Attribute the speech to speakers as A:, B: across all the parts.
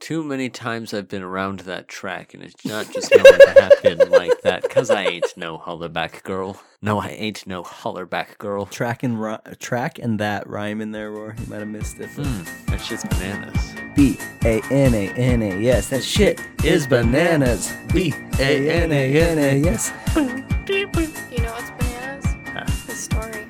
A: Too many times I've been around that track, and it's not just going to happen like that. Cause I ain't no hollerback girl. No, I ain't no hollerback girl.
B: Track and ri- track and that rhyme in there, Roar. You might have missed it. but-
A: Mm, that shit's bananas.
B: B A N A N A. Yes, that shit is bananas. B A N A N A. Yes.
C: You know what's bananas? The story.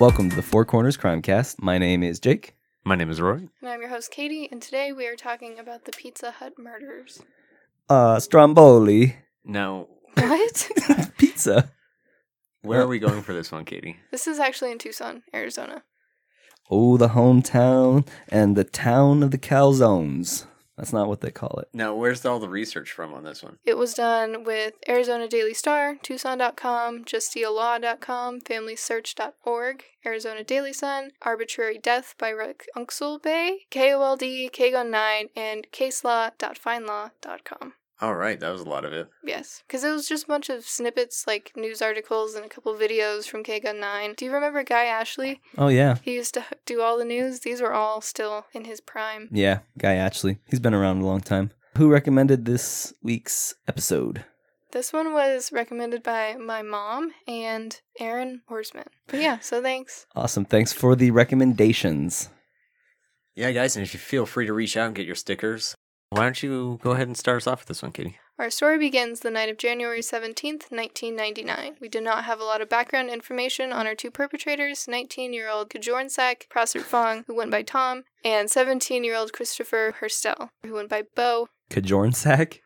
B: Welcome to the Four Corners Crimecast. My name is Jake.
A: My name is Roy.
C: And I'm your host, Katie, and today we are talking about the Pizza Hut murders.
B: Uh, Stromboli.
A: Now,
C: What?
B: Pizza.
A: where are we going for this one, Katie?
C: this is actually in Tucson, Arizona.
B: Oh, the hometown and the town of the calzones. That's not what they call it.
A: Now, where's all the research from on this one?
C: It was done with Arizona Daily Star, Tucson.com, JustDealLaw.com, FamilySearch.org, Arizona Daily Sun, Arbitrary Death by Rick Unxelbay, KOLD, KGUN9, and CaseLaw.FindLaw.com.
A: All right, that was a lot of it.
C: Yes, because it was just a bunch of snippets, like news articles and a couple videos from KGUN9. Do you remember Guy Ashley?
B: Oh yeah,
C: He used to do all the news. These were all still in his prime.
B: yeah. Guy actually, he's been around a long time. Who recommended this week's episode?
C: This one was recommended by my mom and Aaron Horsman. But yeah, so thanks.
B: Awesome. Thanks for the recommendations.
A: Yeah, guys, and if you feel free to reach out and get your stickers, why don't you go ahead and start us off with this one, Katie?
C: Our story begins the night of January 17th, 1999. We did not have a lot of background information on our two perpetrators 19 year old Kajornsak Prosser Fong, who went by Tom, and 17 year old Christopher Herstel, who went by Bo.
B: Kajornsak.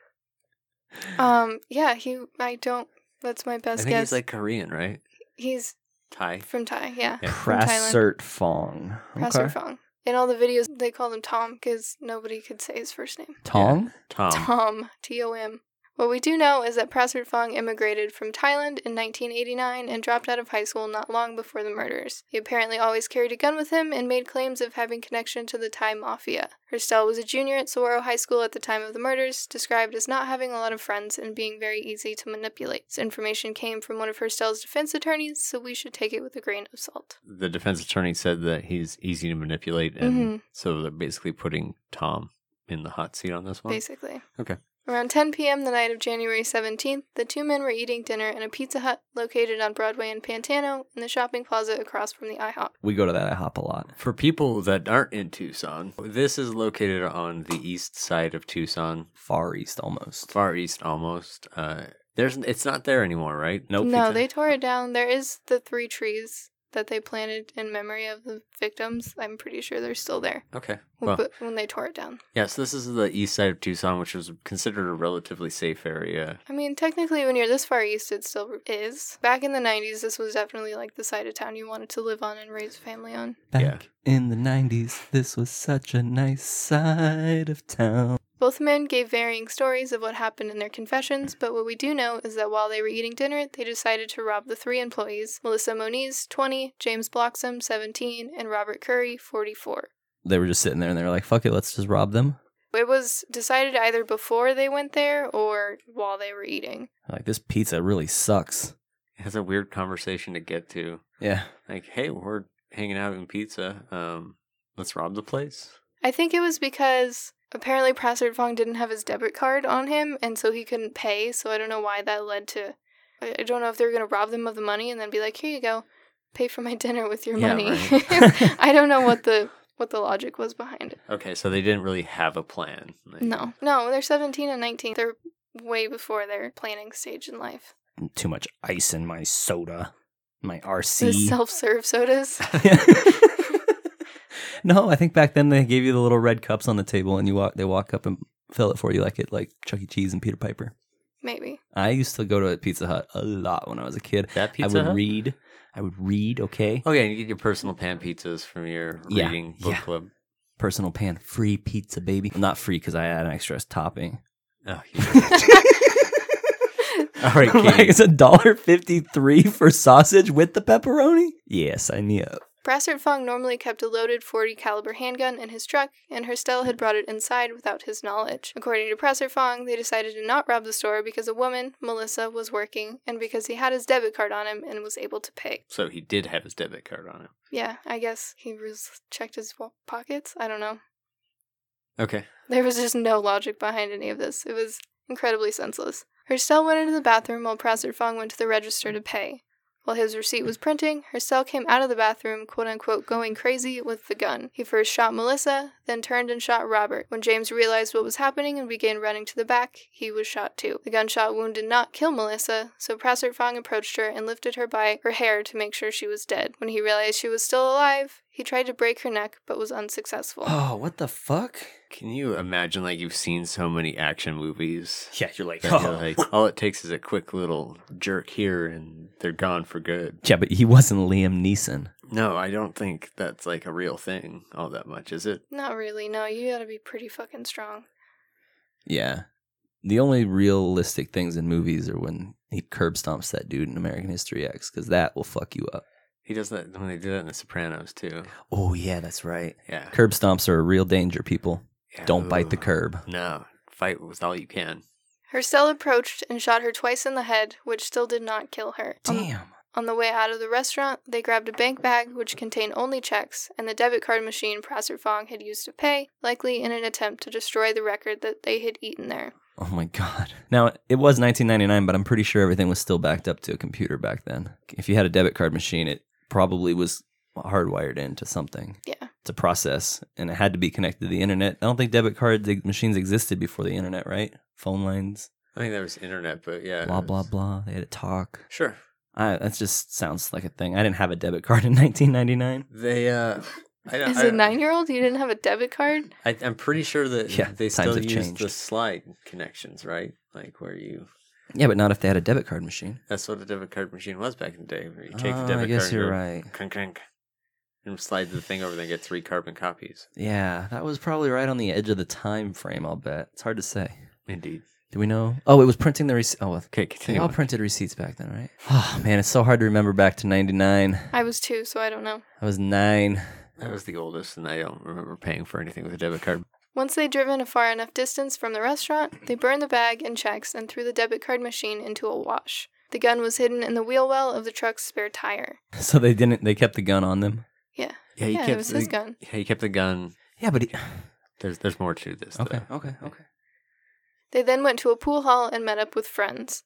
C: Um, yeah, he, I don't, that's my
A: I
C: best
A: think
C: guess.
A: he's like Korean, right?
C: he's
A: Thai.
C: from Thai, yeah.
A: Yeah.
C: From Thailand.
B: Prasert Fong.
C: Prosser Fong. In all the videos, they called him Tom because nobody could say his first name.
B: Tong.
A: Tom.
C: Tom, T O M. What we do know is that Prasert Fong immigrated from Thailand in 1989 and dropped out of high school not long before the murders. He apparently always carried a gun with him and made claims of having connection to the Thai mafia. Herstel was a junior at Saguaro High School at the time of the murders, described as not having a lot of friends and being very easy to manipulate. This information came from one of Herstel's defense attorneys, so we should take it with a grain of salt.
A: The defense attorney said that he's easy to manipulate, and
C: Mhm.
A: so they're basically putting Tom in the hot seat on this one.
C: Basically.
A: Okay.
C: Around 10 p.m. the night of January 17th, the two men were eating dinner in a Pizza Hut located on Broadway and Pantano in the shopping plaza across from the IHOP.
B: We go to that IHOP a lot.
A: For people that aren't in Tucson, this is located on the east side of Tucson,
B: Far east almost.
A: far east almost. Uh, there's it's not there anymore, right?
B: Nope.
C: no, they tore it down. There is the three trees that they planted in memory of the victims. I'm pretty sure they're still there
A: Okay. Well,
C: Well, but when they tore it down.
A: yeah, so this is the east side of Tucson, which was considered a relatively safe area.
C: I mean, technically, when you're this far east, it still is. Back in the 90s, this was definitely like the side of town you wanted to live on and raise a family on.
B: Back
A: Yeah.
B: in the 90s, this was such a nice side of town.
C: Both men gave varying stories of what happened in their confessions, but what we do know is that while they were eating dinner, they decided to rob the three employees Melissa Moniz, 20, James Bloxam, 17, and Robert Curry, 44.
B: They were just sitting there and they were like, fuck it, let's just rob them.
C: It was decided either before they went there or while they were eating.
B: Like, this pizza really sucks.
A: It has a weird conversation to get to.
B: Yeah.
A: Like, hey, we're hanging out in pizza. Um, let's rob the place.
C: I think it was because apparently Prasad Fong didn't have his debit card on him, and so he couldn't pay, so I don't know why that led to. I I don't know if they were going to rob them of the money and then be like, here you go, pay for my dinner with your
A: Yeah,
C: money.
B: right.
C: I don't know what the. What the logic was behind it.
A: Okay, so they didn't really have a plan. Like,
C: No. No, they're 17 and 19. They're way before their planning stage in life.
B: Too much ice in my soda, my
C: The
B: RC.
C: self serve sodas.
B: no, I think back then they gave you the little red cups on the table and you walk, they walk up and fill it for you like it, like Chuck E. Cheese and Peter Piper.
C: Maybe.
B: I used to go to Pizza Hut a lot when I was a kid.
A: That
B: I
A: pizza.
B: would
A: Hut?
B: read. I would read, okay?
A: Oh yeah, you get your personal pan pizzas from your
B: Yeah,
A: reading book
B: yeah.
A: club.
B: personal pan free pizza baby not free because i add an extra topping
A: Oh, you- all right,
B: like
A: Katie.
B: it's a dollar 53 for sausage with the pepperoni yes sign me up
C: Brassard Fong normally kept a loaded 40 caliber handgun in his truck, and Herstel had brought it inside without his knowledge. According to Brassard Fong, they decided to not rob the store because a woman, Melissa, was working, and because he had his debit card on him and was able to pay.
A: So he did have his debit card on him.
C: Yeah, I guess he was checked his wa- pockets. I don't know.
A: Okay.
C: There was just no logic behind any of this. It was incredibly senseless. Herstel went into the bathroom while Prasad Fong went to the register to pay. While his receipt was printing, Herstel came out of the bathroom, quote unquote, going crazy with the gun. He first shot Melissa, then turned and shot Robert. When James realized what was happening and began running to the back, he was shot too. The gunshot wound did not kill Melissa, so Prasad Fong approached her and lifted her by her hair to make sure she was dead. When he realized she was still alive, he tried to break her neck but was unsuccessful.
B: Oh, what the fuck?
A: Can you imagine, like, you've seen so many action movies?
B: Yeah, you're like, "Oh."
A: that, you know, like, all it takes is a quick little jerk here and they're gone for good.
B: yeah, but he wasn't Liam Neeson.
A: No, I don't think that's like a real thing all that much, is it?
C: Not really, no, you gotta be pretty fucking strong.
B: Yeah. The only realistic things in movies are when he curb stomps that dude in American History X, because that will fuck you up.
A: He does that when they do that in The Sopranos too.
B: Oh, yeah, that's right.
A: Yeah.
B: Curb stomps are a real danger, people.
A: Yeah.
B: Don't bite the
A: Ooh.
B: curb.
A: No, fight with all you can.
C: Herstel approached and shot her twice in the head, which still did not kill her. On-
B: Damn.
C: On the way out of the restaurant, they grabbed a bank bag which contained only checks and the debit card machine Prasser Fong had used to pay, likely in an attempt to destroy the record that they had eaten there.
B: Oh my god. Now it was 1999, but I'm pretty sure everything was still backed up to a computer back then. If you had a debit card machine, it probably was hardwired into something.
C: Yeah.
B: It's a process, and it had to be connected to the internet. I don't think debit card e- machines existed before the internet, right? Phone lines,
A: I think that was internet, but yeah.
B: blah
A: it
B: blah
A: was-
B: blah. They had to talk.
A: Sure.
B: I, that just sounds like a thing. I didn't have a debit card in 1999.
A: They uh I don't
C: As
A: I,
C: a nine year old, you didn't have a debit card?
A: I I'm pretty sure that
B: Yeah,
A: they
B: times
A: still
B: have
A: use
B: changed.
A: the slide connections, right? Like where you
B: Yeah, but not if they had a debit card machine.
A: that's what a debit card machine was back in the day. Where you take
B: Oh,
A: the debit
B: I guess
A: card and
B: you're
A: go,
B: right.
A: Crank, crank, and slide the thing over there and get three carbon copies.
B: Yeah, that was probably right on the edge of the time frame. I'll bet it's hard to say.
A: Indeed.
B: Do we know? Oh, it was printing the receipt. Oh, well,
A: Okay,
B: they
A: continue.
B: all
A: on.
B: printed receipts back then, right? Oh man, it's so hard to remember back to '99.
C: I was two, so I don't know.
B: I was nine.
A: That was the oldest, and I don't remember paying for anything with a debit card.
C: Once they'd driven a far enough distance from the restaurant, they burned the bag and checks and threw the debit card machine into a wash. The gun was hidden in the wheel well of the truck's spare tire.
B: So they didn't. They kept the gun on them.
C: Yeah.
A: Yeah, he
C: yeah,
A: kept
C: it was his
A: the-
C: gun.
A: Yeah, he kept the gun.
B: Yeah, but he,
A: There's there's more to this.
B: okay,
A: Though.
B: okay, okay.
C: They then went to a pool hall and met up with friends.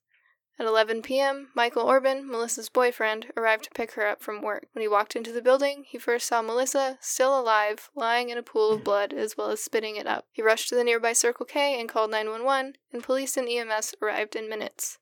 C: At 11 p.m., Michael Orban, Melissa's boyfriend, arrived to pick her up from work. When he walked into the building, he first saw Melissa, still alive, lying in a pool of blood as well as spitting it up. He rushed to the nearby Circle K and called 911, and police and EMS arrived in minutes.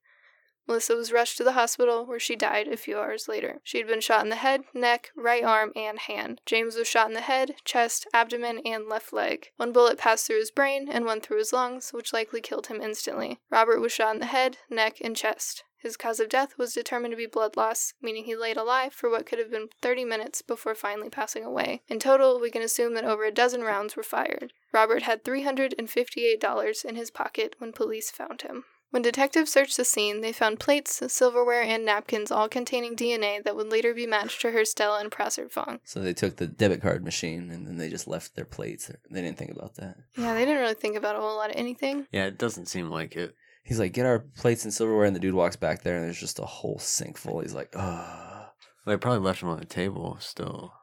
C: Melissa was rushed to the hospital where she died a few hours later. She had been shot in the head, neck, right arm, and hand. James was shot in the head, chest, abdomen, and left leg. One bullet passed through his brain and one through his lungs, which likely killed him instantly. Robert was shot in the head, neck, and chest. His cause of death was determined to be blood loss, meaning he laid alive for what could have been 30 minutes before finally passing away. In total, we can assume that over a dozen rounds were fired. Robert had $358 in his pocket when police found him. When detectives searched the scene, they found plates, silverware, and napkins all containing DNA that would later be matched to Herstel and Prasert Fong.
B: So they took the debit card machine and then they just left their plates. They didn't think about that.
C: Yeah, they didn't really think about a whole lot of anything.
A: Yeah, it doesn't seem like it.
B: He's like, "Get our plates and silverware," and the dude walks back there, and there's just a whole sink full. He's like, "Uh,
A: They probably left him on the table still.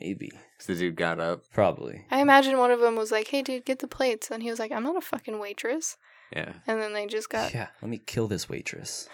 B: maybe,
A: 'Cause the dude got up.
B: probably."
C: I imagine one of them was like, hey, dude, get the plates. And he was like, I'm not a fucking waitress.
A: Yeah.
C: And then they just got.
B: Yeah, let me kill this waitress.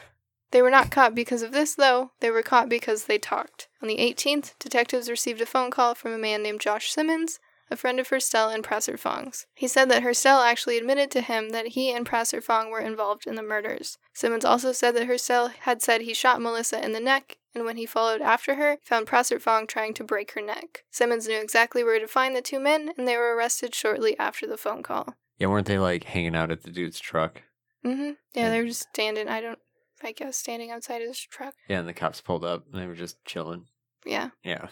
C: They were not caught because of this, though. They were caught because they talked. On the 18th, detectives received a phone call from a man named Josh Simmons, a friend of Herstel and Prasser Fong's. He said that Herstel actually admitted to him that he and Prasser Fong were involved in the murders. Simmons also said that Herstel had said he shot Melissa in the neck, and when he followed after her, found Prasser Fong trying to break her neck. Simmons knew exactly where to find the two men, and they were arrested shortly after the phone call.
A: Yeah, weren't they like hanging out at the dude's truck?
C: Mm-hmm. Yeah, they were just standing, I don't, I guess, standing outside his truck.
A: Yeah, and the cops pulled up and they were just chilling.
C: Yeah.
A: Yeah.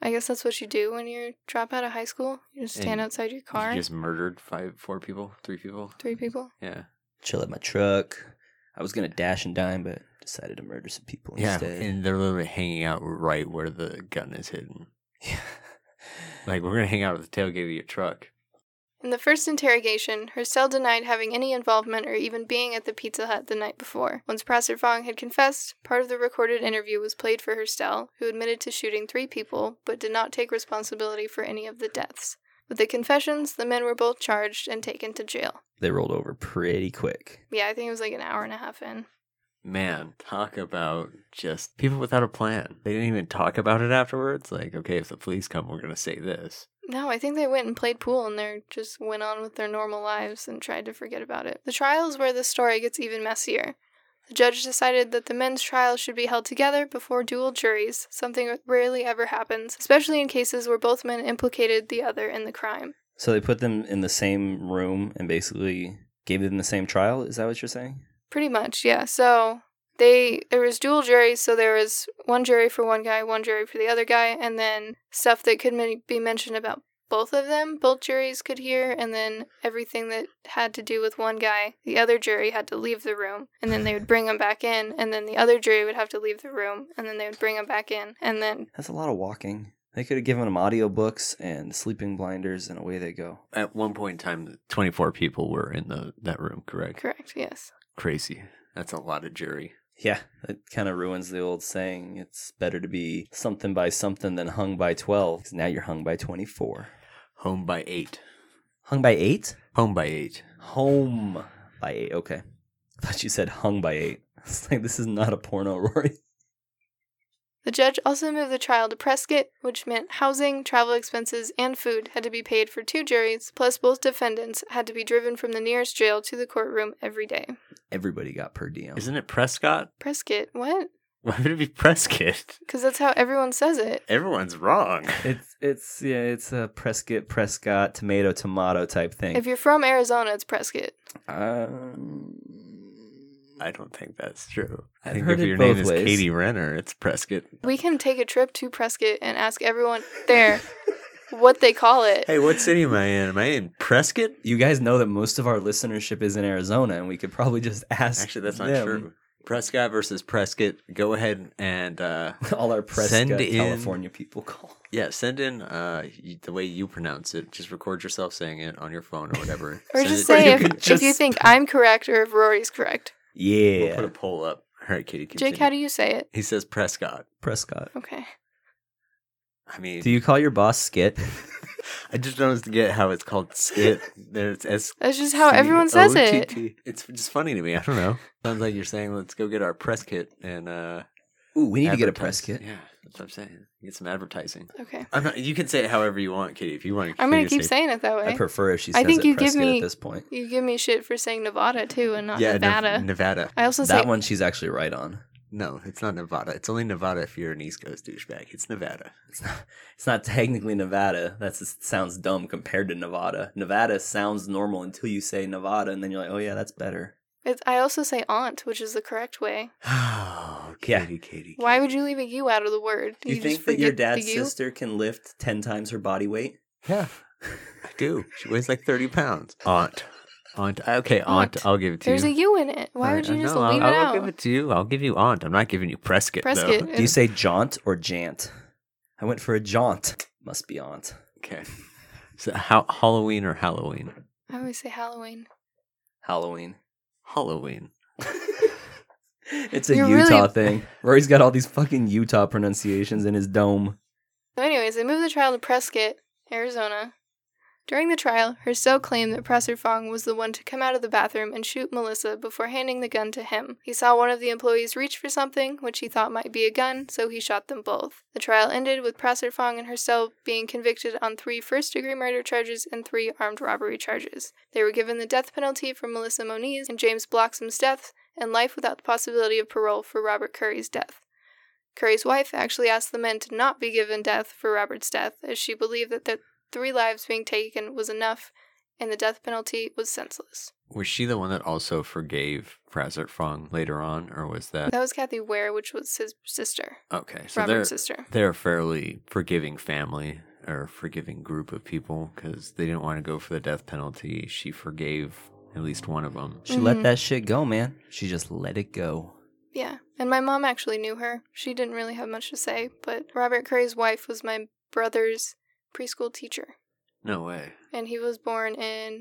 C: I guess that's what you do when you drop out of high school. You just stand
A: And
C: outside your car.
A: You just murdered five, four people, three people.
C: Three people.
A: Yeah.
B: Chill at my truck. I was gonna dash and dine, but decided to murder some people
A: Yeah.
B: instead.
A: And they're literally hanging out right where the gun is hidden. Like, we're gonna hang out at the tailgate of your truck.
C: In the first interrogation, Hercel denied having any involvement or even being at the Pizza Hut the night before. Once Prosser Fong had confessed, part of the recorded interview was played for Hercel, who admitted to shooting three people but did not take responsibility for any of the deaths. With the confessions, the men were both charged and taken to jail.
B: They rolled over pretty quick.
C: Yeah, I think it was like an hour and a half in.
A: Man, talk about just people without a plan. They didn't even talk about it afterwards. Like, okay, if the police come, we're gonna say this.
C: No, I think they went and played pool and they just went on with their normal lives and tried to forget about it. The trial is where the story gets even messier. The judge decided that the men's trials should be held together before dual juries, something that rarely ever happens, especially in cases where both men implicated the other in the crime.
B: So they put them in the same room and basically gave them the same trial. Is that what you're saying?
C: Pretty much, yeah. So they there was dual juries, so there was one jury for one guy, one jury for the other guy, and then stuff that could ma- be mentioned about both of them, both juries could hear, and then everything that had to do with one guy, the other jury had to leave the room, and then they would bring him back in, and then the other jury would have to leave the room, and then they would bring him back in, and then
B: That's a lot of walking. They could have given them audiobooks and sleeping blinders, and away they go.
A: At one point in time, 24 people were in the that room, correct?
C: correct, yes.
A: Crazy. That's a lot of jury.
B: Yeah, it kind of ruins the old saying. It's better to be something by something than hung by 12. 'cause now you're hung by 24.
A: Home by eight.
B: Hung by 8?
A: Home by eight.
B: Home by 8. Okay. I thought you said hung by 8. It's like, this is not a porno, Rory.
C: The judge also moved the trial to Prescott, which meant housing, travel expenses, and food had to be paid for two juries, plus both defendants had to be driven from the nearest jail to the courtroom every day.
B: Everybody got per diem.
A: Isn't it Prescott?
C: Prescott, what?
A: Why would it be Prescott?
C: Because that's how everyone says it.
A: Everyone's wrong.
B: It's, it's, yeah, it's a Prescott, Prescott, tomato, tomato type thing.
C: If you're from Arizona, it's Prescott.
B: um,
A: I don't think that's true. I
B: I've
A: think
B: heard
A: if
B: it
A: your name
B: both
A: is
B: ways.
A: Katie Renner, it's Prescott.
C: We can take a trip to Prescott and ask everyone there what they call it.
A: Hey, what city am I in? Am I in Prescott?
B: you guys know that most of our listenership is in Arizona, and we could probably just ask.
A: Actually, that's not
B: them
A: true. Prescott versus Prescott. Go ahead and uh,
B: All our Prescott,
A: Send in-
B: California people call.
A: yeah, send in uh, y- the way you pronounce it. Just record yourself saying it on your phone or whatever.
C: Or
A: Send
C: just
A: it to-
C: say
B: you
C: if,
B: could
C: if you
B: just-
C: think I'm correct or if Rory's correct.
B: Yeah,
A: We'll put a poll up. All right, Katie. Continue.
C: Jake, how do you say it?
A: he says Prescott?
B: Prescott.
C: Okay.
A: I mean,
B: Do you call your boss Skit?
A: I just don't get how it's called skit. There it's S.
C: That's just how everyone says it.
A: C-O-T-T. It's just funny to me. I don't know. Sounds like you're saying, "Let's go get our press kit and uh,
B: Ooh, we need to get a
A: advertise."
B: press kit.
A: Yeah, that's what I'm saying. Get some advertising.
C: Okay.
A: I'm not, you can say it however you want, Katie. If you want, to
C: I'm going to
A: continue
C: keep saying it that
B: I
C: way.
B: prefer if she
C: I
B: says
C: think
B: it
C: you give
B: Prescott
C: me-
B: at this point.
C: You give me shit for saying Nevada too and not
A: yeah, Nev-
C: Nevada.
A: Nevada.
C: I also say
B: That one she's actually right on.
A: No, it's not Nevada. It's only Nevada if you're an East Coast douchebag. It's Nevada.
B: It's not, it's not technically Nevada. That sounds dumb compared to Nevada. Nevada sounds normal until you say Nevada, and then you're like, oh yeah, that's better.
C: it's, I also say aunt, which is the correct way.
A: Oh,
B: Yeah.
A: Katie, Katie.
C: Why would you leave a U out of the word?
B: You,
C: just
B: think that your
C: forget the
B: dad's
C: U?
B: sister can lift ten times her body weight?
A: Yeah, I do. She weighs like 30 pounds. Aunt. Aunt. Okay, aunt.
C: Aunt.
A: I'll give it to
C: There's
A: you.
C: a U in it. Why
A: All
C: would
A: right,
C: you just
A: no, I'll,
C: leave it
A: I'll
C: out?
A: give it to you. I'll give you aunt. I'm not giving you Prescott.
C: Prescott.
A: Though.
B: Do you say jaunt or jant? I went for a jaunt. Must be aunt.
A: Okay. So how, Halloween or Halloween?
C: I always say Halloween.
B: Halloween.
A: Halloween.
B: It's a
C: You're really-
B: Utah thing. Rory's got all these fucking Utah pronunciations in his dome.
C: So, anyways, they moved the trial to Prescott, Arizona. During the trial, Hercel claimed that Presser Fong was the one to come out of the bathroom and shoot Melissa before handing the gun to him. He saw one of the employees reach for something, which he thought might be a gun, so he shot them both. The trial ended with Presser Fong and Hercel being convicted on three first degree murder charges and three armed robbery charges. They were given the death penalty for Melissa Moniz and James Bloxam's death, and life without the possibility of parole for Robert Curry's death. Curry's wife actually asked the men to not be given death for Robert's death, as she believed that the three lives being taken was enough and the death penalty was senseless.
A: Was she the one that also forgave Prazert Fong later on, or was
B: Uh.
A: that
C: That was Kathy Ware, which was his sister,
A: okay? So they're
C: Robert's sister.
A: they're a fairly forgiving family or forgiving group of people because they didn't want to go for the death penalty. She forgave at least one of them.
B: She
C: Mhm.
B: let that shit go, man. She just let it go.
C: Yeah. And my mom actually knew her. She didn't really have much to say, but Robert Curry's wife was my brother's preschool teacher.
A: No way.
C: And he was born in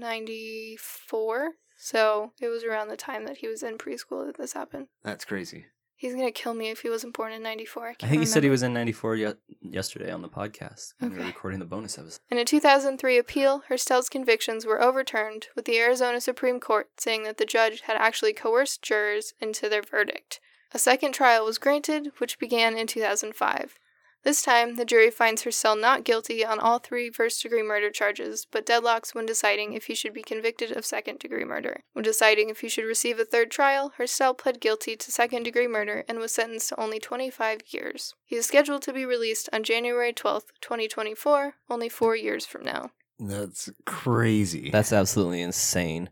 C: 94. So it was around the time that he was in preschool that this happened.
A: That's crazy.
C: He's going to kill me if he wasn't born in 94. I,
B: I think he said he was in 94 ye- yesterday on the podcast when we were
C: Okay.
B: recording the bonus episode.
C: In a 2003 appeal, Herstel's convictions were overturned, with the Arizona Supreme Court saying that the judge had actually coerced jurors into their verdict. A second trial was granted, which began in 2005. This time, the jury finds Herstel not guilty on all three first degree murder charges, but deadlocks when deciding if he should be convicted of second degree murder. When deciding if he should receive a third trial, Herstel pled guilty to second degree murder and was sentenced to only 25 years. He is scheduled to be released on January 12th, 2024, only four years from now.
A: That's crazy.
B: That's absolutely insane.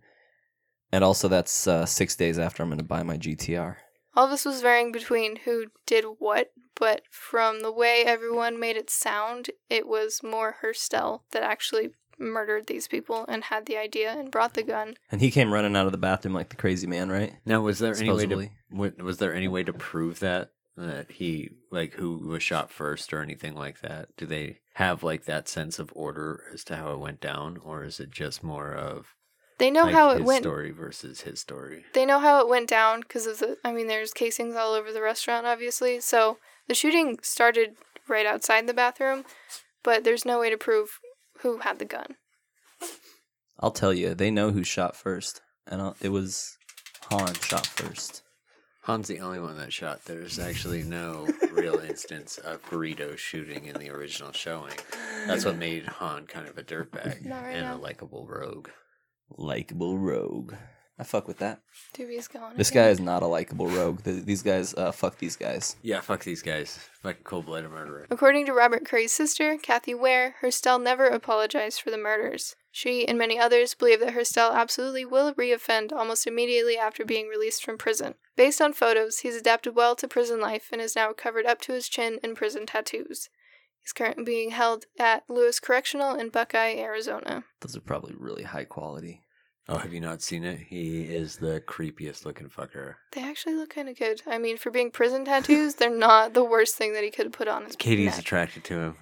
B: And also, that's uh, six days after I'm going to buy my GTR.
C: All this was varying between who did what, but from the way everyone made it sound, it was more Herstel that actually murdered these people and had the idea and brought the gun.
B: And he came running out of the bathroom like the crazy man, right?
A: now, was there any way to
B: Supposedly.
A: wa- was there any way to prove that that he like who was shot first or anything like that? Do they have like that sense of order as to how it went down, or is it just more of
C: They know
A: like,
C: how it
A: his
C: went.
A: story versus his story?
C: They know how it went down because of the. I mean, there's casings all over the restaurant, obviously. So the shooting started right outside the bathroom, but there's no way to prove who had the gun.
B: I'll tell you, they know who shot first. And I'll, it was Han shot first.
A: Han's the only one that shot. There's actually no real instance of Burrito shooting in the original showing. That's what made Han kind of a dirtbag
C: Not right
A: and
C: now.
A: a likable rogue.
B: Likeable rogue. I fuck with that.
C: Doobie's gone.
B: This guy is not a likable rogue. Th- These guys, uh, fuck these guys.
A: Yeah, fuck these guys. Fucking cold blooded murderer.
C: According to Robert Curry's sister, Kathy Ware, Herstel never apologized for the murders. She and many others believe that Herstel absolutely will reoffend almost immediately after being released from prison. Based on photos, he's adapted well to prison life and is now covered up to his chin in prison tattoos. He's currently being held at Lewis Correctional in Buckeye, Arizona.
B: Those are probably really high quality.
A: Oh, have you not seen it? He is the creepiest looking fucker.
C: They actually look kind of good. I mean, for being prison tattoos, they're not the worst thing that he could have put on his
A: Katie's
C: neck.
A: attracted to him.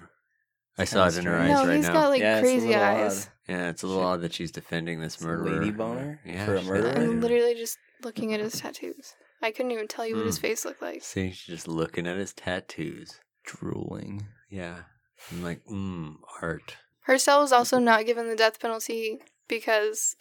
A: I saw it in her eyes
B: Kinda
C: no,
A: right
C: he's
A: now.
C: got like
B: Yeah, it's a
C: crazy
B: little
C: eyes.
B: odd.
A: yeah, it's a little odd that she's defending this
B: It's a
A: murderer.
B: lady boner
A: yeah,
B: for a
A: she's
B: murderer?
A: defending
C: I'm
A: him.
C: literally just looking at his tattoos. I couldn't even tell you what his
A: Hmm.
C: face looked like.
A: See, she's just looking at his tattoos.
B: Drooling.
A: Yeah. I'm like, mmm, art.
C: Herstel was also not given the death penalty because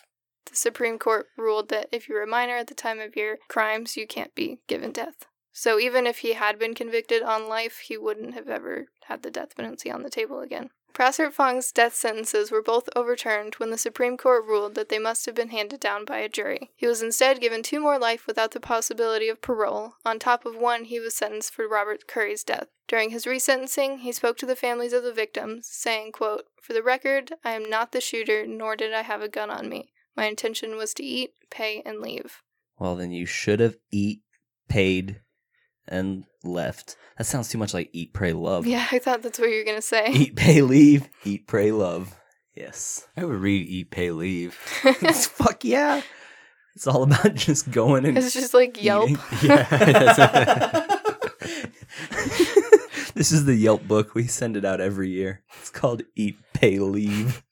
C: the Supreme Court ruled that if you were a minor at the time of your crimes, you can't be given death. So even if he had been convicted on life, he wouldn't have ever had the death penalty on the table again. Prasert Fong's death sentences were both overturned when the Supreme Court ruled that they must have been handed down by a jury. He was instead given two more life without the possibility of parole. On top of one, he was sentenced for Robert Curry's death. During his resentencing, he spoke to the families of the victims, saying, quote, For the record, I am not the shooter, nor did I have a gun on me. My intention was to eat, pay, and leave.
B: Well, then you should have eat, paid, and left. That sounds too much like eat, pray, love.
C: Yeah, I thought that's what you were going to say.
B: Eat, pay, leave. Eat, pray, love. Yes.
A: I would read Eat, Pay, Leave.
B: It's fuck yeah. It's all about just going and
C: it's just like Yelp.
B: eating. Yeah. this is the Yelp book. We send it out every year. It's called Eat, Pay, Leave.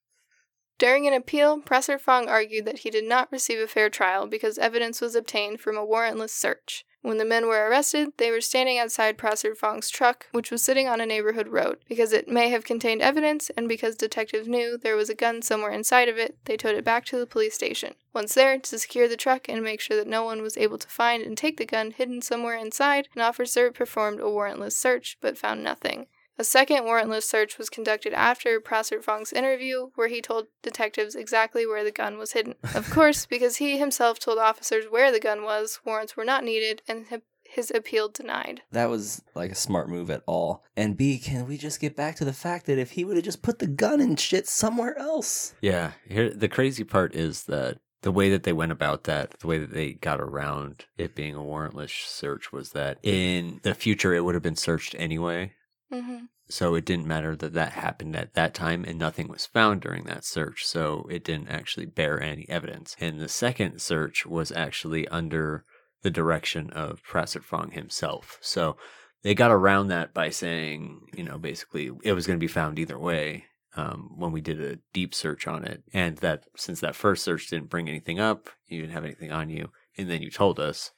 C: During an appeal, Presser Fong argued that he did not receive a fair trial because evidence was obtained from a warrantless search. When the men were arrested, they were standing outside Presser Fong's truck, which was sitting on a neighborhood road. Because it may have contained evidence, and because detectives knew there was a gun somewhere inside of it, they towed it back to the police station. Once there, to secure the truck and make sure that no one was able to find and take the gun hidden somewhere inside, an officer performed a warrantless search but found nothing. A second warrantless search was conducted after Prosser Fong's interview, where he told detectives exactly where the gun was hidden. Of course, because he himself told officers where the gun was, warrants were not needed, and hi- his appeal denied.
B: That was like a smart move at all. And B, can we just get back to the fact that if he would have just put the gun and shit somewhere else?
A: Yeah, here the crazy part is that the way that they went about that, the way that they got around it being a warrantless search was that in the future it would have been searched anyway.
C: Mm-hmm.
A: So it didn't matter that that happened at that time and nothing was found during that search. So it didn't actually bear any evidence. And the second search was actually under the direction of Prasert Fong himself. So they got around that by saying, you know, basically it was going to be found either way um, when we did a deep search on it. And that since that first search didn't bring anything up, you didn't have anything on you, and then you told us,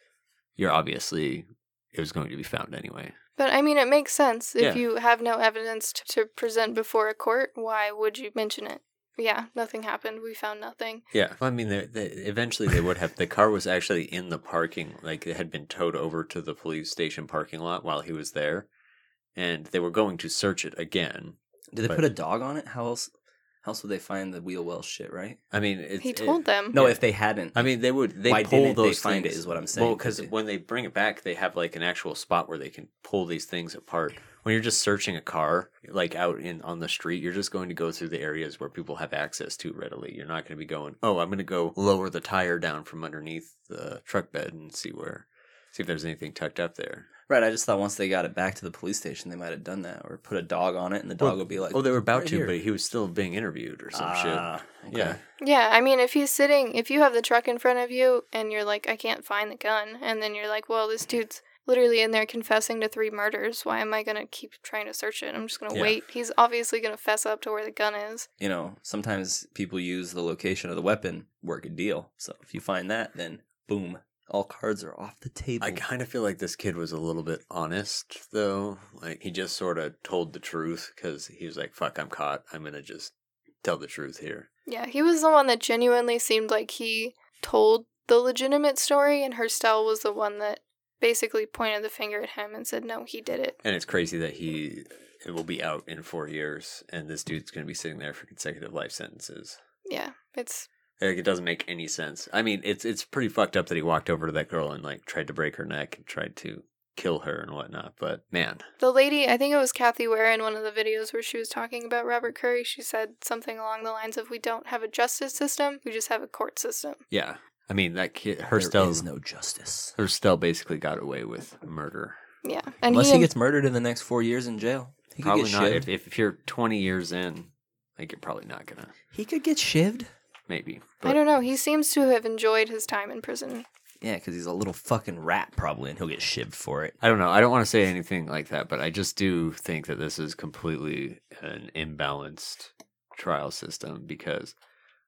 A: you're obviously, it was going to be found anyway.
C: But I mean, it makes sense. If
A: Yeah.
C: you have no evidence to, to present before a court, why would you mention it? Yeah, nothing happened. We found nothing.
A: Yeah. Well, I mean, they, they, eventually they would have. The car was actually in the parking, like it had been towed over to the police station parking lot while he was there, and they were going to search it again.
B: Did they
A: But-
B: put a dog on it? How else? How else would they find the wheel well shit? Right?
A: I mean, it's,
C: he told them.
B: No,
A: Yeah.
B: if they hadn't,
A: I mean, they would. They
B: Why
A: pull
B: didn't they
A: those
B: find it
A: things.
B: is what I'm saying.
A: Well, because
B: Did they-
A: when they bring it back, they have like an actual spot where they can pull these things apart. When you're just searching a car, like out in on the street, you're just going to go through the areas where people have access to readily. You're not going to be going, oh, I'm going to go lower the tire down from underneath the truck bed and see where, see if there's anything tucked up there.
B: right? I just thought once they got it back to the police station, they might have done that or put a dog on it, and the dog would be like,
A: oh, they were about
B: "Right
A: to,
B: here."
A: but he was still being interviewed or some shit.
B: Ah, okay.
A: Yeah.
C: Yeah, I mean, if he's sitting, if you have the truck in front of you and you're like, I can't find the gun, and then you're like, well, this dude's literally in there confessing to three murders. Why am I going to keep trying to search it? I'm just going to
B: Yeah.
C: wait. He's obviously going to fess up to where the gun is.
B: you know, sometimes people use the location of the weapon, work a deal. So if you find that, then boom, all cards are off the table.
A: I kind of feel like this kid was a little bit honest, though. Like he just sort of told the truth because he was like, "Fuck, I'm caught. I'm gonna just tell the truth here."
C: Yeah, he was the one that genuinely seemed like he told the legitimate story, and Herstel was the one that basically pointed the finger at him and said, no, he did it.
A: And it's crazy that he it will be out in four years, and this dude's gonna be sitting there for consecutive life sentences.
C: Yeah, it's
A: Like it doesn't make any sense. I mean, it's it's pretty fucked up that he walked over to that girl and like tried to break her neck and tried to kill her and whatnot. But man,
C: The lady, I think it was Kathy Ware in one of the videos where she was talking about Robert Curry, she said something along the lines of, We don't have a justice system, we just have a court system.
A: yeah. I mean, that kid
B: there
A: Herstel
B: is no justice.
A: Herstel basically got away with murder.
C: Yeah. And
B: Unless
C: he,
B: he gets murdered in the next four years in jail. He could
A: probably
B: get
A: not.
B: shivved.
A: If, if you're 20 years in, like you're probably not gonna.
B: He could get shivved.
A: Maybe.
C: I don't know, he seems to have enjoyed his time in prison.
B: Yeah, because he's a little fucking rat probably, and he'll get shivved for it.
A: I don't know. I don't want to say anything like that, but I just do think that this is completely an imbalanced trial system because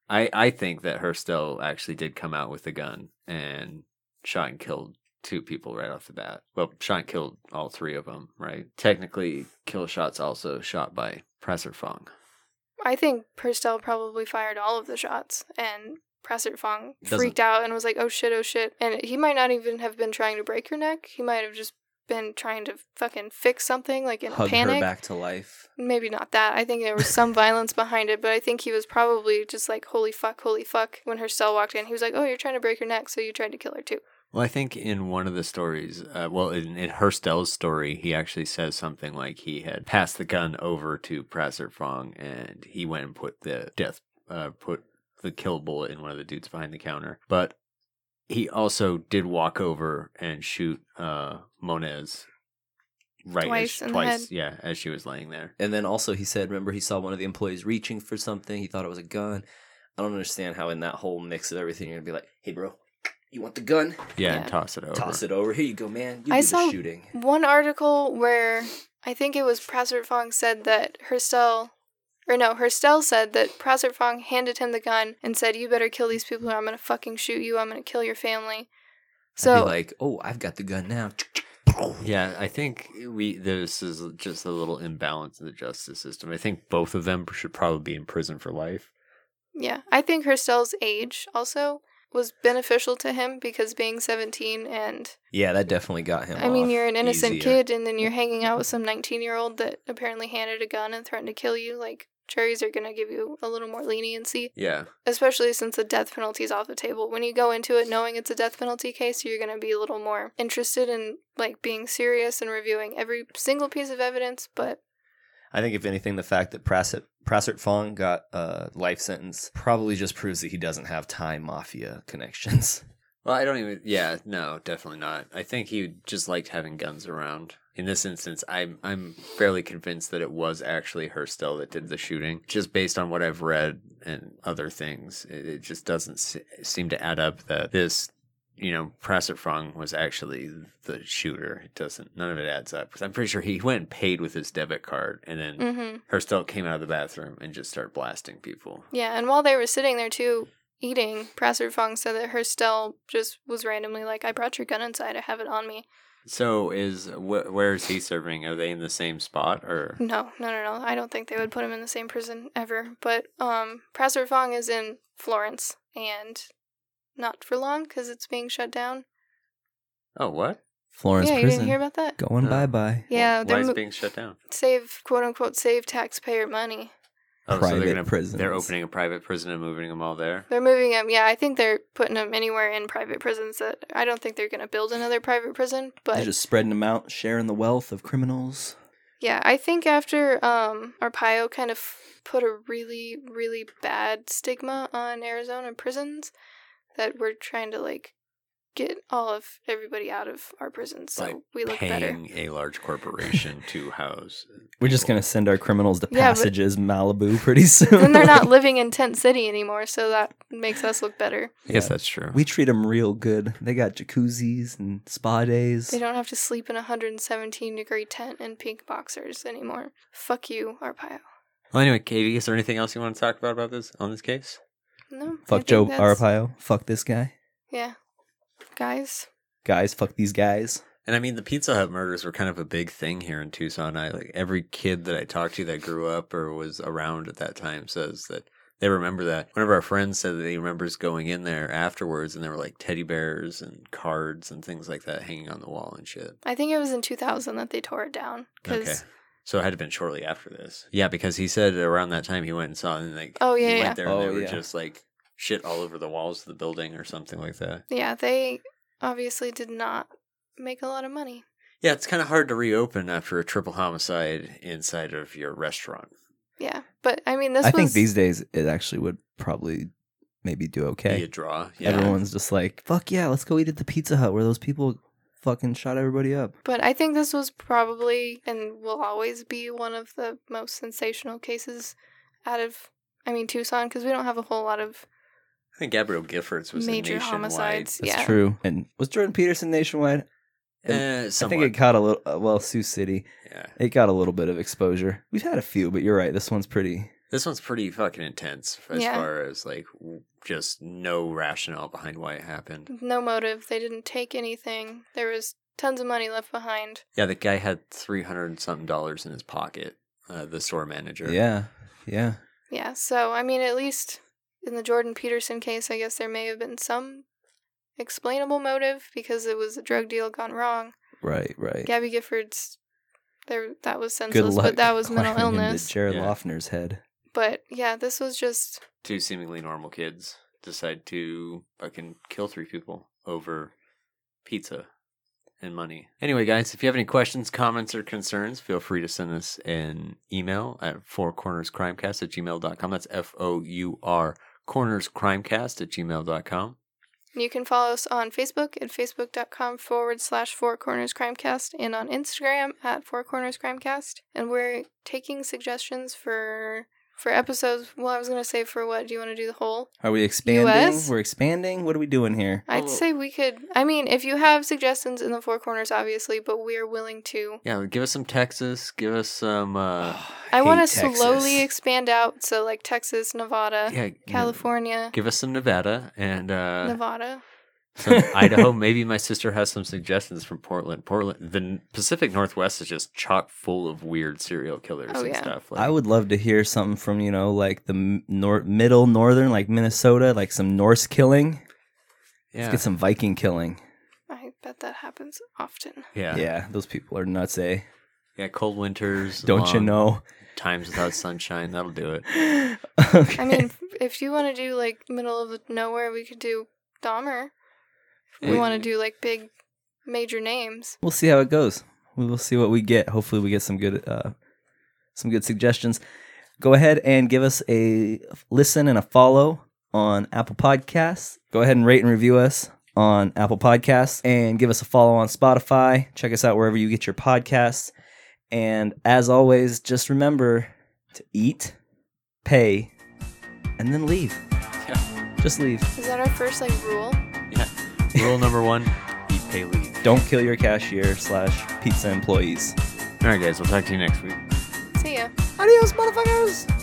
A: I I think that Herstel actually did come out with a gun and shot and killed two people right off the bat. Well, shot and killed all three of them, right? Technically, kill shots also shot by Presser Fong.
C: I think Perstel probably fired all of the shots, and Prasert Fong
B: Doesn't-
C: freaked out and was like, Oh shit, oh shit. And he might not even have been trying to break your neck, he might have just been trying to fucking fix something, like in a
B: Hug
C: panic.
B: her back to life.
C: maybe not that. I think there was some violence behind it, but I think he was probably just like, holy fuck, holy fuck. When her cell walked in, he was like, oh, you're trying to break her neck, so you tried to kill her too.
A: Well, I think in one of the stories, uh, well, in, in Herstel's story, he actually says something like he had passed the gun over to Prasser Fong, and he went and put the death, uh, put the kill bullet in one of the dudes behind the counter. But he also did walk over and shoot uh, Monez right
C: Twice
A: as,
C: in the
A: twice, yeah, as she was laying there.
B: And then also he said, remember he saw one of the employees reaching for something. He thought it was a gun. I don't understand how in that whole mix of everything you're gonna be like, hey bro, you want the gun?
A: Yeah,
C: Yeah.
A: and toss it over.
B: Toss it over. Here you go, man. You
C: I
B: do
C: saw-
B: the shooting.
C: One article where I think it was Prasert Fong said that her cell, or no, her cell said that Prasert Fong handed him the gun and said, you better kill these people or I'm going to fucking shoot you, I'm going to kill your family.
B: So
C: So,
B: like, oh, I've got the gun now.
A: Yeah, I think we this is just a little imbalance in the justice system. I think both of them should probably be in prison for life.
C: yeah, I think her cell's age also was beneficial to him because being 17 and
B: Yeah, that definitely got him.
C: I mean,
B: off
C: you're an innocent
B: easier.
C: kid, and then you're hanging out with some 19 year old that apparently handed a gun and threatened to kill you. Like, juries are going to give you a little more leniency,
A: Yeah.
C: especially since the death penalty's off the table. When you go into it knowing it's a death penalty case, you're going to be a little more interested in, like, being serious and reviewing every single piece of evidence. But
B: I think if anything, the fact that Prasert Prasert Fong got a life sentence probably just proves that he doesn't have Thai mafia connections.
A: Well, I don't even. Yeah, no, definitely not. I think he just liked having guns around. In this instance, I'm I'm fairly convinced that it was actually Herstel that did the shooting. Just based on what I've read and other things, it, it just doesn't se- seem to add up that this you know, Prasert Frong was actually the shooter. It doesn't, none of it adds up. Because I'm pretty sure he went and paid with his debit card and then
C: Mm-hmm.
A: Herstel came out of the bathroom and just started blasting people.
C: Yeah, and while they were sitting there too eating, Prasser Fong said that Herstel just was randomly like, I brought your gun inside, I have it on me.
A: So is wh- where is he serving? Are they in the same spot or?
C: No, no, no, no. I don't think they would put him in the same prison ever. But um, Prasser Fong is in Florence and not for long because it's being shut down.
A: Oh, what?
B: Florence
C: yeah, you
B: prison
C: didn't hear about that?
B: going
A: No.
B: bye bye.
C: Yeah,
A: Why
C: they're
A: is
C: mo-
A: it being shut down?
C: save quote unquote save taxpayer money.
A: Oh, so
B: Private
A: they're gonna
B: prisons.
A: They're opening a private prison and moving them all there.
C: They're moving them. Yeah, I think they're putting them anywhere in private prisons. That I don't think they're going to build another private prison,
B: They're
C: but
B: just spreading them out, sharing the wealth of criminals.
C: Yeah, I think after um Arpaio kind of put a really really bad stigma on Arizona prisons that we're trying to like get all of everybody out of our prisons so
A: Like
C: we look better.
A: Paying a large corporation to house.
B: We're just gonna send our criminals to
C: Yeah, but-
B: passages Malibu pretty soon.
C: Then they're not
B: Like,
C: living in tent city anymore, so that makes us look better.
A: Yes,
B: Yeah.
A: that's true.
B: We treat them real good. They got jacuzzis and spa days.
C: They don't have to sleep in a 117 degree tent and pink boxers anymore. Fuck you, Arpaio.
A: well, anyway, Katie, is there anything else you want to talk about about this on this case?
C: No. I
B: Fuck
C: think
B: Joe
C: that's-
B: Arpaio. Fuck this guy.
C: Yeah. Guys,
B: Guys, fuck these guys.
A: And I mean, the Pizza Hut murders were kind of a big thing here in Tucson. I like every kid that I talked to that grew up or was around at that time says that they remember that. One of our friends said that he remembers going in there afterwards, and there were like teddy bears and cards and things like that hanging on the wall and shit.
C: I think it was in 2000 that they tore it down cuz
A: Okay. So it had to have been shortly after this. Yeah, because he said around that time he went and saw it and like
C: Oh,
A: he
C: yeah,
A: went
C: yeah.
A: there and
B: Oh,
A: they were
B: yeah.
A: just like shit all over the walls of the building or something like that.
C: Yeah, they obviously did not make a lot of money.
A: Yeah, it's kinda hard to reopen after a triple homicide inside of your restaurant.
C: Yeah, but I mean, this
B: I
C: was
B: think these days it actually would probably maybe do okay.
A: Be a draw. Yeah.
B: Everyone's just like, fuck yeah, let's go eat at the Pizza Hut where those people fucking shot everybody up.
C: But I think this was probably and will always be one of the most sensational cases out of, I mean, Tucson because we don't have a whole lot of
A: I think Gabrielle Giffords was
C: major
A: a nationwide.
C: homicides.
B: That's
C: yeah,
B: true. And was Jordan Peterson nationwide?
A: Eh, somewhat.
B: I think it caught a little, uh, well, Sioux City.
A: yeah.
B: It got a little bit of exposure. We've had a few, but you're right. This one's pretty.
A: This one's pretty fucking intense as
C: Yeah.
A: far as like w- just no rationale behind why it happened.
C: no motive. They didn't take anything. There was tons of money left behind.
A: Yeah, the guy had three hundred and something dollars in his pocket. Uh, the store manager.
B: Yeah. Yeah.
C: Yeah, so I mean, at least in the Jordan Peterson case, I guess there may have been some explainable motive because it was a drug deal gone wrong.
B: Right, right.
C: Gabby Gifford's there that was
B: Good
C: senseless,
B: luck.
C: but that was mental
B: climbing into
C: illness.
B: Jared
A: Yeah.
B: Loeffner's head.
C: But yeah, this was just
A: Two seemingly normal kids decide to fucking kill three people over pizza and money. Anyway, guys, if you have any questions, comments, or concerns, feel free to send us an email at fourcornerscrimecast at gmail.com. That's F O U R cornerscrimecast at gmail.com.
C: you can follow us on Facebook at facebook.com forward slash four corners crimecast and on Instagram at four corners crimecast. And we're taking suggestions for for episodes. Well, I was gonna say for what? Do you wanna do the whole?
B: Are we expanding?
C: US?
B: We're expanding. What are we doing here?
C: I'd
A: Well-
C: say we could I mean, if you have suggestions in the four corners obviously, but we're willing to
A: Yeah, give us some Texas. Give us some. Uh,
C: I wanna
B: hate Texas.
C: slowly expand out, so like Texas, Nevada,
A: yeah,
C: Uh, California,
A: Give us some Nevada and uh,
C: Nevada.
A: some Idaho. Maybe my sister has some suggestions from Portland. Portland, the n- Pacific Northwest is just chock full of weird serial killers
C: Oh,
A: and
C: yeah.
A: stuff. Like,
B: I would love to hear something from you know like the m- nor- middle northern like Minnesota, like some Norse killing.
A: yeah,
B: Let's get some Viking killing.
C: I bet that happens often.
A: yeah,
B: Yeah.
A: yeah,
B: those people are nuts, eh?
A: Cold winters,
B: Don't you
A: long
B: know?
A: Times without sunshine. That'll do it.
B: okay.
C: I mean, if you want to do like middle of nowhere, we could do Dahmer. If we
A: We-
C: want to do like big major names.
B: we'll see how it goes. We will see what we get. Hopefully, we get some good, uh, some good suggestions. Go ahead and give us a listen and a follow on Apple Podcasts. Go ahead and rate and review us on Apple Podcasts and give us a follow on Spotify. Check us out wherever you get your podcasts. And as always, just remember to eat, pay, and then leave.
A: Yeah,
B: Just leave.
C: Is that our first like rule?
A: yeah. Rule number one: eat pay leave.
B: Don't kill your cashier slash pizza employees.
A: All right, guys. We'll talk to you next week.
C: See ya.
B: Adios, motherfuckers.